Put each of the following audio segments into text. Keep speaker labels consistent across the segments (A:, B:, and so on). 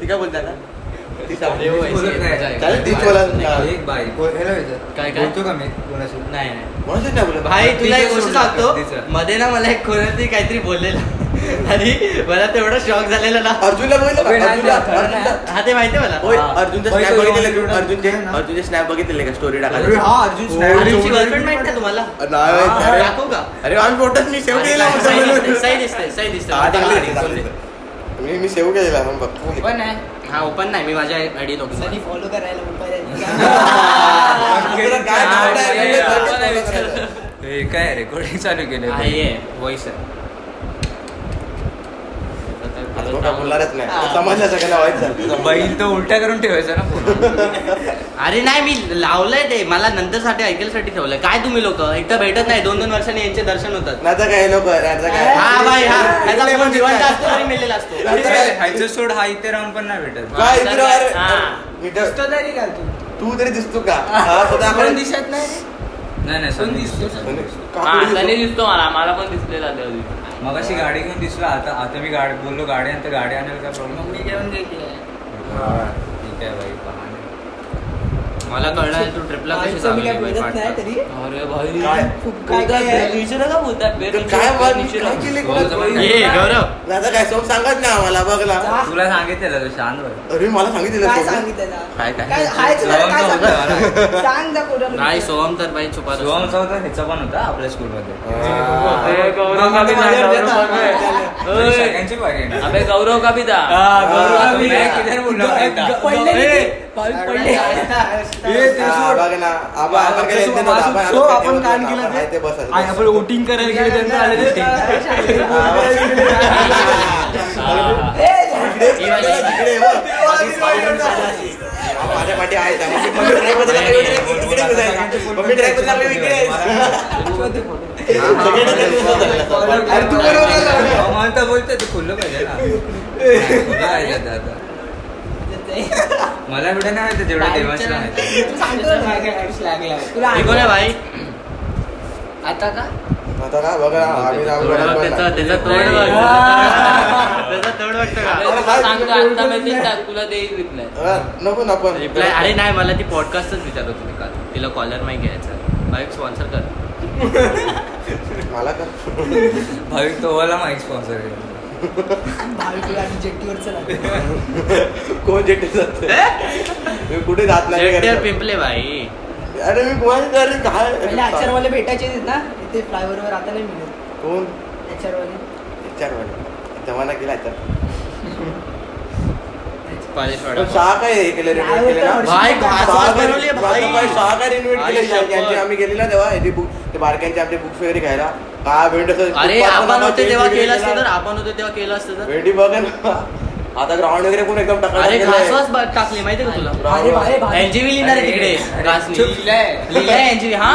A: ती काय बोलतात ना ती सांग.
B: अरे
C: बोलत नाही.
A: चालेल, तीच बोला.
C: एक बाई
B: बोल- hello इथं.
C: काय- काय?
B: बोलतो का मी कोणाशी
C: नाही नाही
A: म्हणूनच नाही बोलत
C: भाई तुला एक
B: तिचं
C: गोष्ट
B: सोडलं, तिचं.
C: सांगतो मध्ये ना मला एक कोणाची काहीतरी बोललेलं आणि मला तेवढा शॉक झालेला ना
A: अर्जुनला बघितलं
B: अबे,
A: का?
B: नाही,
A: अर्जुनला
B: नाही, खरं
A: अर्जुनला-
C: हा ते माहितीये मला
A: होय
C: हा.
A: अर्जुनचा
B: होय,
A: स्नॅप
B: तो
A: बघितलेले
B: एवढा-
A: का?
B: एवढा-
A: अर्जुनचे
B: आहे ना?
A: अर्जुनचे स्नॅप बघितले का स्टोरी
B: अरे
A: टाकायला
B: हा अर्जुन
A: हो,
B: snap-
C: अर्जुनची गर्लफ्रेंड माहित का तुम्हाला
A: नाही,
C: हा,
A: अरे.
C: दाखवू का
A: अरे आम्ही फोटोच मी सेव्ह केलेला होता.
C: साई दिसते, साई दिसते साई दिसते
A: हा, चांगली आहे,
C: हा,
A: चांगली आहे. मी मी सेव्ह केलेला म्हणून बघतो
C: ओपन आहे हा ओपन नाही मी माझ्या आयडी लॉक
D: सनी फॉलो करायला
A: तुला काय
B: हा,
A: आवडलं?
B: हे,
A: आवडलं?
B: आपण नाही विचारलं. हे काय रेकॉर्डिंग चालू केले
C: आहे व्हॉइस आहे
A: आता तो काय बोलणारच नाही समजलं सगळ्यांना वाईट झालं
B: बैल तो उलटा करून ठेवायचा ना फोन
C: अरे नाही मी लावलंय ते मला नंतर साठी ऐकलसाठी ठेवलंय काय तुम्ही लोक एकदा भेटत नाही दोन दोन वर्षांनी यांचे दर्शन होतात
A: नाचा काय लोक नाचा काय
C: हा भाई हा याचा
A: इकडे
C: फोन
A: पण
C: जिवंत
A: काय?
C: असतो तरी मेलेला असतो
B: ह्याचं सोड हा इथे राहून पण नाही भेटत
A: काय इकडे अरे,
C: हा.
A: इथं-
D: तरी का तू
A: तू तरी दिसतो का हा, स्वतः आपण-
D: कोण दिसत नाही रे?
B: नाही नाही
D: कोण
B: सनी
D: दिसतो
B: दिसतो.
A: सनी- का
E: हा
A: कोणी
E: सनी
A: दिसतो?
E: दिसतो मला मला पण दिसलेला त्या दिवशी.
B: मग अशी गाडी घेऊन दिसला आता आता मी गाडी बोललो गाडी आणतो गाडी आणायला काय
D: मग
B: प्रॉब्लेम
D: मी घेऊन गेली
B: ठीक आहे बाई पाहणे
C: मला कळणार तू ट्रिपला कशी
D: आईचं मी काय बोलत नाही
C: चालली
D: तरी
E: अरे भाई
A: काय?
D: खूप काय काय आहे.
E: बेनिशिर का बोलतात
A: तर काय
E: बेनिशिर-
A: वा-
E: बेनिशिर.
A: काय केले
B: बोलतो
C: ये गौरव
A: नाचा काय सोम सांगत ना आम्हाला बघला
D: जा.
B: तुला सांगितलेलं तो शांत बघ.
A: अरे मला सांगितलं
D: काय
A: सोमने.
D: सांगितलं
A: काय काय
D: काय हाय तुला
B: सोहम
D: काय
B: चौथा
D: सांगू?
B: होता ना.
D: सांग जा कुठं
C: नाही सोहम तर भाई छुपा
B: सोहम चौथा ह्याचा पण होता आपल्या स्कूलमध्ये
E: अरे
A: हा.
E: गौरव का भी था, गौरव का भी था. ओए,
B: म्हणजे सगळ्यांची बारी आहे ना.
E: अबे गौरव का भी था.
B: गौरव
E: हा,
B: का भी
E: तुम्ही-
B: था. किधर बोलला होता?
D: पडले
E: ए,
D: पडले
B: ए, ते
A: हा,
B: सोड.
A: बघ ना आबा- आपण काय येत नाही ना, आपण-
B: सो आपण
A: आपण
B: कान केलं ते.
A: आहे ते बसायचं.
B: आणि आपण वोटिंग करायला गेले त्यांना आले ते
A: हा,
E: हा.
A: इकडे- इकडे- इकडे, हो. माझी पाहिजे नाही. हा, माझ्या पाठी आहे त्या. मग मी drive बदलला का इकडे- इकडे- इकडे बसायचा. मग मी drive बदलला का इकडे. सगळ्यांना तसंच होतं. अरे तू बरोबर आहे.
B: मला तर बोलतोय तू खुल्लं पाहिजे ना खुलं पाहिजे आता आता. मला एवढं नाही माहिती जेवढं देवांशला माहिती
C: हे कोण आहे भाई
D: आता का
A: आता ना बघा ना, आम्ही राम
C: थोडं
A: गडात
C: बघ त्याचा
A: बसला.
C: त्याचा तोड बघ त्याचा तोड वाटतं
E: अबे,
C: का
E: तू सांगतो आता message टाक, तुला देईल reply.
A: हा, नको ना पण
C: रिप्लाय अरे नाही मला ती पॉडकास्टच विचारत होती काल तिला कॉलर नाही घ्यायचा बाईक स्पॉन्सर कर
A: मला का
B: भाविक तोवाला माईक स्पॉन्सर
D: भाविक तुला रिजेक्टीवर चला
A: कोण जेटी जात मी कुठे जात नाही
C: जेट्टीवर
A: करतो.
C: पिंपले भाई
A: अरे मी कोणाची जारी काय
D: पहिले अचारवाले भेटायचे आहेत ना इथे फ्लायओव्हरवर आता नाही मिळत
A: कोण
D: अचारवाले
A: विचार वाटत जमाना केला तर पण
C: कॉलेज
A: सहा काय हे केलं रेनोव्हेट
D: नाही
A: केलं ना?
D: होतं.
C: भाई
A: सहा
C: घासवास
A: काय-
C: बनवली आहे भाई
A: बाई, सहा काय रेनोव्हेट
C: आई
A: केले
C: शपथ.
A: यांची आम्ही गेली ना तेव्हा याची बुक ते बारक्यांचे आपले बुक्स वगैरे घ्यायला काय भेंड असं-
C: अरे
A: खूप
C: आपण
A: पाच-सहा
C: होते तेव्हा
A: भेंडी
C: केलं असतं तर
A: गेला.
C: आपण होते तेव्हा केलं असतं तर
A: भेंडी बघ ना आता ग्राउंड वगैरे कोण एकदम टाकायला
C: अरे
A: गेलंय.
C: घासवास बा- टाकली माहितीये का तुला
D: अरे भाई भाई
C: एनजीवी लिहिणार आहे तिकडे घासणी लिहिलंय एनजीवी हा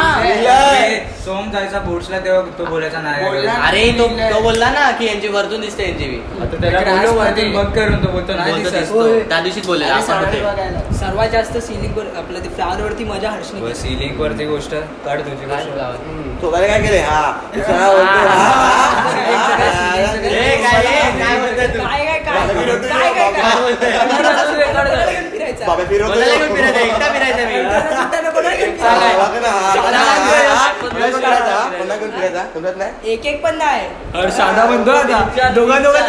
B: सोम जायचा बोर्ड्सला तेव्हा तो बोलायचा नाही
D: बोलला
C: अरे तो तो बोलला ना की एनजीवी वरतून दिसते एनजीवी
B: आता त्याला बोललो वरती बघ करून तो बोलतो नाही दिसत.
D: होय.
C: त्या दिवशीच बोललेला
D: अरे
C: आपण
D: सर्वात
C: होते
D: बघायला. सर्वात जास्त सिलिंग वर आपलं ते फ्लावर वरती मजा हर्षणी
B: बस ही लिंक वरती गोष्ट काढ तुझी गोष्ट
A: हम्म, स्वतःला काय केलंय हा सहा बोलतोय, हा, हा, हा, हा.
C: ए, काय, ए, काय बोलतोय तू?
D: काय काय काय
A: बाबा फिरवतोय,
D: काय काय काय?
A: बाबा बोलतोय.
D: कोणाला तू रेकॉर्ड घेऊन फिरायचा?
A: बाबा
C: बोलायला घेऊन
A: फिरवतोय
C: फिरायचं एकटा फिरायचं मी
D: कोणाला सुट्ट्यानं कोणाला घेऊन
A: हा,
D: फिरायचा?
A: बघ ना, हा, बघ ना, हा, हा. कोणाला फिरायचा, हा? कोणाला घेऊन फिरायचा? समजत नाही
D: एक एक पण नाही
B: अरे साधा म्हणतो आता दोघा दोघा
D: पण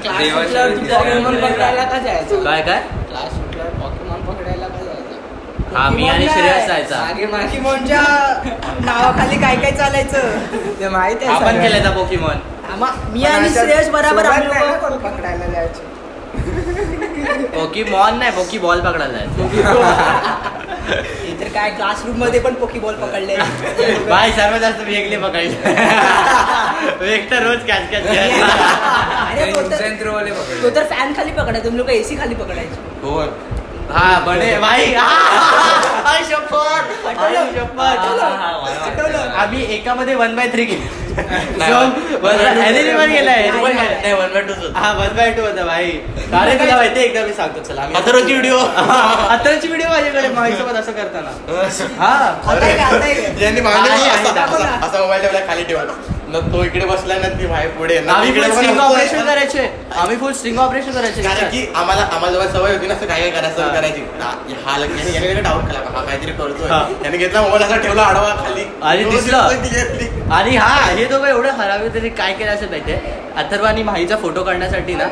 D: क्लास
B: देवाच्या
D: सुटल्यावर तू
B: वेळी दिसायला
D: पॉकेमॉन पकडायला का जायचं
C: काय काय
D: क्लास सुटल्यावर पॉकेमॉन पकडायला का जायचं
C: हा, मी आणि
D: पॉकेमॉन
C: श्रेयस
D: नाही.
C: जायचा.
D: मागे मागे पॉकेमॉनच्या नावाखाली काय काय चालायचं ते माहित आहे
C: आपण
D: सगळ्यांना.
C: केलं त्या पोकीमॉन
D: आम्हा- मी आणि श्रेयस बराबर आम्ही दोघं-
F: पकडायला जायचं
C: पोकीमॉन नाही पोकी बॉल पकडायला जायचं.
D: हे तर काय क्लासरूम मध्ये पण पोकीबॉल पकडले
C: बाय सर्वात जास्त मी एकले पकडले मी एकटा रोज कॅच कॅच घ्यायचा
D: अरे तो तर-
B: वाले
D: तो
B: पकडले
D: तर फॅन खाली पकडायचा तुम्ही लोक एसी खाली पकडायचे
C: हा बडे भाई हा, आई शपथ आई
D: आठवलं?
C: शपथ
D: आठवलं?
C: आम्ही एकामध्ये वन बाय थ्री गेलाय
D: नाही,
C: anyone
D: नाही.
C: गेलाय. हा वन बाय टू होता भाई अरे तुला माहिती एकदा मी सांगतो चला आम्ही अथरोची व्हिडिओ अथरोची व्हिडिओ माझ्याकडे माझ्यासोबत असं करताना हा
D: आता काय, आता काय?
A: यांनी मांडली
C: आहे, आहे,
A: असा-
D: दाखव ना.
A: असा- असा मोबाईल ठेवला खाली ठेवा न तो इकडे बसला ना ती बाहेर पुढे ना
C: आम्ही
A: इकडे
C: फुल
A: पण
C: स्ट्रिंग
A: असतो.
C: ऑपरेशन करायचे आम्ही फुल स्ट्रिंग ऑपरेशन
A: कारण
C: करायचे
A: की आम्हाला आम्हाला जेव्हा सवय होती ना असं काय काय करायचं
C: हा.
A: करायची हा- हा लग- याने- याने डाऊट केला हा काहीतरी करतोय
C: हा.
A: त्याने घेतला मोबाईल असा ठेवला आडवा खाली
C: आणि
A: तो
C: दिसलं.
A: दिसतोय clearly.
C: आणि हा हे दोघं एवढं हरावे तरी काय केलं असेल माहितीये अथर्व आणि माहीचा फोटो काढण्यासाठी ना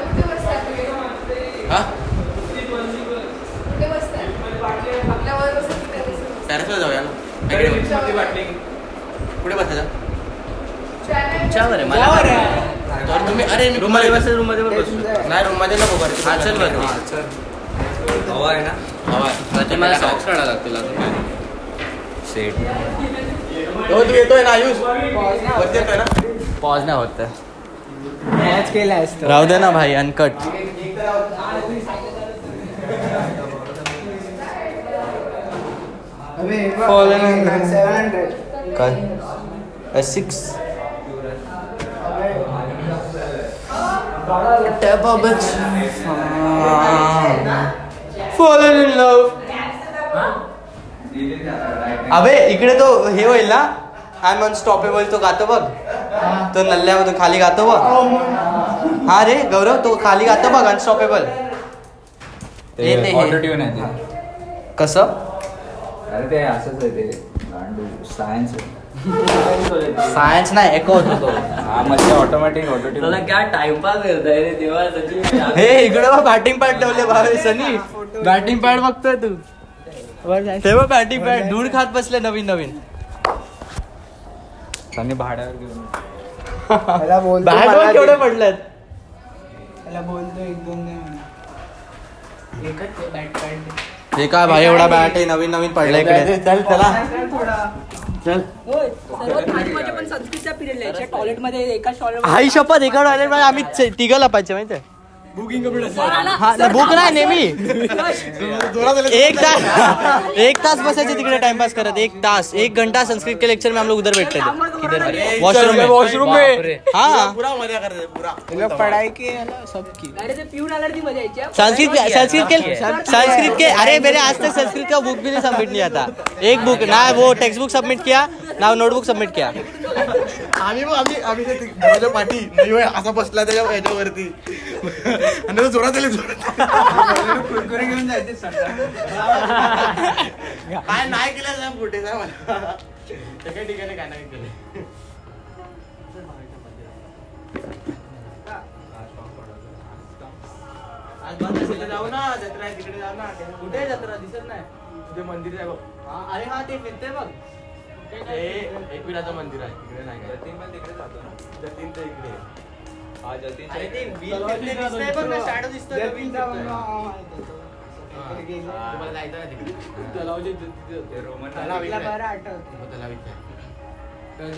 C: हा?
A: Terrace वर जाऊया ना.
B: इकडे
A: इकडे
B: लिफ्टमधली बाटली.
A: कुठे बसायचं
C: तुमच्यावर आहे मला
D: यावर
C: काय-
D: आहे.
A: तर तुम्ही अरे मी
C: रूम मध्ये बसेल रूम मध्ये पण बसू
A: नाही रूम मध्ये नको वरती
C: हा, चल बरं.
B: हा, चल. हवा आहे ना
A: हवा
C: आता मला socks काढायला लागतील
B: सेट
A: हो, तू येतोय ना आयुष वरती येतोय ना
C: पॉज नाही होत
D: मॅच केला असतो
C: राहू दे ना भाई अनकट
D: सेव्हन हंड्रेड
C: काय सिक्स फॉलन इन लव्ह अबे इकडे तो हे होईल ना आय एम अनस्टॉपेबल तो गातो बघ तो नल्ल्यामधून खाली गातो बघ हा रे गौरव तो खाली गातो बघ अनस्टॉपेबल हे ते हे.
B: ऑटो ट्यून आहे ते.
C: कसं
B: अरे ते असंच आहे ते गांडू सायन्स
C: सायन्स नाही एको होतो तो
B: हा म्हणजे ऑटोमॅटिक ऑटो ट्यून
E: काय टाइमपास करताय रे देवा सचिन
C: हे इकडे बघ बॅटिंग पॅड ठेवले भावे सनी बॅटिंग पॅड बघतोय तू ते बघ बॅटिंग पॅड धूळ खात बसले नवीन नवीन
B: त्यांनी भाड्यावर घेऊन
C: बॅट बघ केवढे पडलेत
D: बोलतो एक दोन नाही म्हणा एकच ते बॅट काढले
C: हे काय भाई एवढा बॅट आहे नवीन नवीन पडला इकडे
A: चल चला
D: थोडा
C: चल
D: होय सर्वात महत्वाचे पण संस्कृतचा पिरियड याच्या टॉयलेट मध्ये एका शॉल
C: आई शपथ एका टॉयलेट मध्ये आम्ही चे- तिघं लपायचे माहितीये हा नाही, बुक नाही नेहमी एक तास एक तास बसायचे तिकडे टाइमपास करत एक तास एक घंटा संस्कृत के लेक्चर में हम लोग उधर बैठते थे वॉशरूम में वॉशरूम में हाँ
A: पुरा मजा करते पुरा
D: पढ़ाई के सबकी अरे ते पिऊन आला ती मजा यायची हा.
C: संस्कृत के- संस्कृत के संस्कृत के अरे मेरे आज तक संस्कृत का बुक भी नहीं सबमिट नहीं आता एक बुक ना वो टेक्स्ट बुक सबमिट किया ना नोटबुक सबमिट किया
A: आम्ही मग आम्ही आम्ही ते दरवाजा पाठी नाही होय असा बसला त्याच्या याच्यावरती आणि तो जोरात आले जोरात
B: कुरकुरे घेऊन जायचे
A: काय नाही केलं ना कुठे जा मला त्या काही ठिकाणी काय नाही केलं
C: आज बंद असेल तर जाऊ ना जत्रा आहे तिकडे जाऊ ना कुठे आहे जत्रा दिसत नाही
A: ते मंदिर आहे बघ
C: हा, अरे हा ते फिरते बघ
A: ते एकविराचं मंदिर आहे तिकडे नाही काय
B: पण तिकडे जातो ना
A: जतीन तर इकडे आहे.
B: हा जतीन
C: अरे ते wheel फिरते दिसतंय बघ ना, shadow दिसतोय का wheel फिरतोय?
A: तुम्हाला जायचं आहे तिकडे
B: रोमन
A: तलाव इकडे आहे.
D: बरं आठवत
A: हो, तलाव इकडे आहे.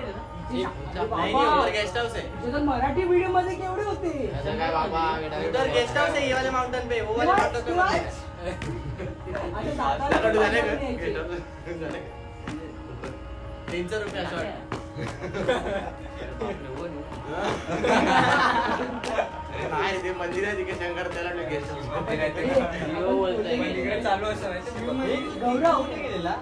C: नाही, नाही, उधर guest house आहे.
D: मराठी व्हिडिओ मध्ये केवढे होते
A: असं काय बाबा, वेडा-
C: उधर guest house आहे, ये वाले mountain पे, वो वाले mountain पे मत जाना.
D: आता
A: आपल्याकडे
D: दादाला
A: झाले का?
D: पण यायचे.
A: झाले का? तीनशे रुपये शॉट नाही रे, ते मंदिर आहे तिकडे शंकर त्याला गेस्ट
B: चालू असं माहिती आहे?
C: गौरव कुठे गेलेला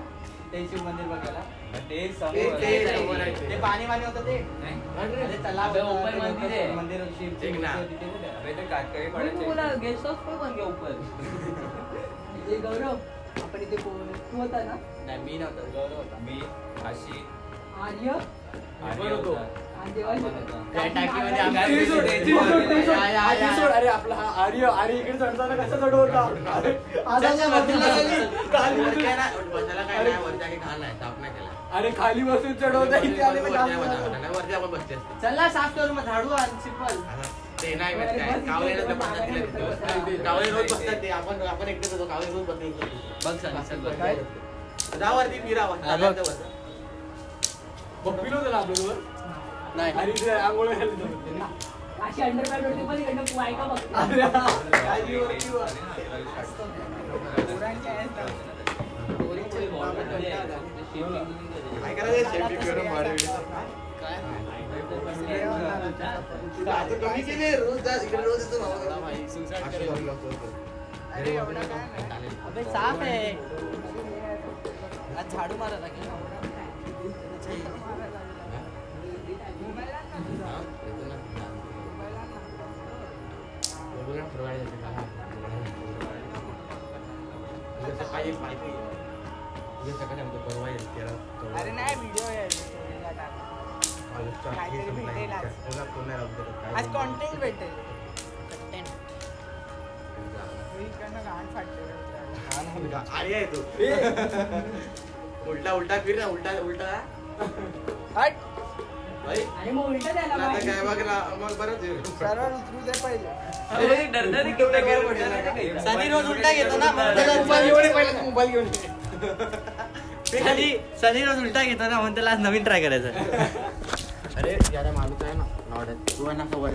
C: ते शिव मंदिर बघायला
B: ते
C: ते-
B: समोर
C: ते-
B: आहे.
A: समोर आहे ते.
C: ते पाणी वाणी होतं ते
B: नाही.
C: अरे तलाव
E: अबे,
C: होता,
E: open
C: ते
E: मंदिर आहे.
C: मंदिर होतं, शिवची
A: ठीक ना.
C: मूर्ती होती ते.
B: अरे ते काटकरी पडायचे
E: गेस्ट हाऊस पण बन गया ऊपर
D: ए, गौरव आपण इथे कोण- तू होता ना
C: नाही मी नव्हतो गौरव होता
B: मी आशी
D: आर्य
B: आर्य होता.
D: आणि देवा
B: आपण होता.
C: त्या टाकीमध्ये
D: आम्ही-
C: आम्ही-
F: आजाच्या बाजूला गेली.
A: बसायला काय नाही वरती आधी घाण आहे ताप नाही केला
F: अरे खाली बसून चढवता इथे आले तर
A: वरती
F: काम
A: आहे
F: झालं.
A: बसावं. नाही, वरती आपण बसले असते.
C: चला साफ करू मग झाडू आणि सिंपल
A: असं ते नाही माहित काय कावळ्याला त्या पद्धत दिल्या तिथे. कावळे रोज बसतात ते आपण आपण एकटेच होतो कावळे रोज बसले
C: बघ सांग, सांग, बघ.
A: जा वरती फिरा वर.
C: हा, बघ.
A: चालायचं वर.
F: बप्पी नव्हतं ना आपल्याबरोबर?
C: नाही
F: आणि ते आंघोळ घालत होते.
D: अशी underpant होती, पण इकडनं तू ऐका बघ.
F: अरे हा, खाली वरती वर.
A: काय करायचं शेवटी करून वाढ बिढ.
C: काय
E: होता पण
A: तुला आता कमी केले रोज जा इकडे रोज येतो भावा. असं करू लागतो तो.
D: अरे एवढा काय नाही
C: अबे साफ आहे आज झाडू मारा लागेल
D: अरे नाही व्हिडिओ काहीतरी भेटेल आज. आज कॉन्टेंट भेटेल मी इकडनं घाण फाटले
A: आर्या आहे तो. उलटा उलटा फिर ना उलटा उलटा
D: हट
A: भाई,
D: आणि मग उलट द्यायला
A: तुला आता
D: पाहिजे.
A: काय बघ ना मग बरंच आहे.
D: सर्वांना उतरू दे पहिले
E: ते डरणार आहे की
A: उलटा
E: काय
A: उलटा
E: करणार आहे काय?
C: सनी रोज उलटा घेतो ना म्हणून त्याला
A: मोबाईल घेऊन ये
C: मोबाईल-
A: पहिला तू मोबाईल घेऊन ये.
C: सनी सनी रोज उलटा घेतो ना म्हणून त्याला आज नवीन ट्राय करायचा
A: अरे यार माणूस आहे ना नॉर्डन तू आहे ना वर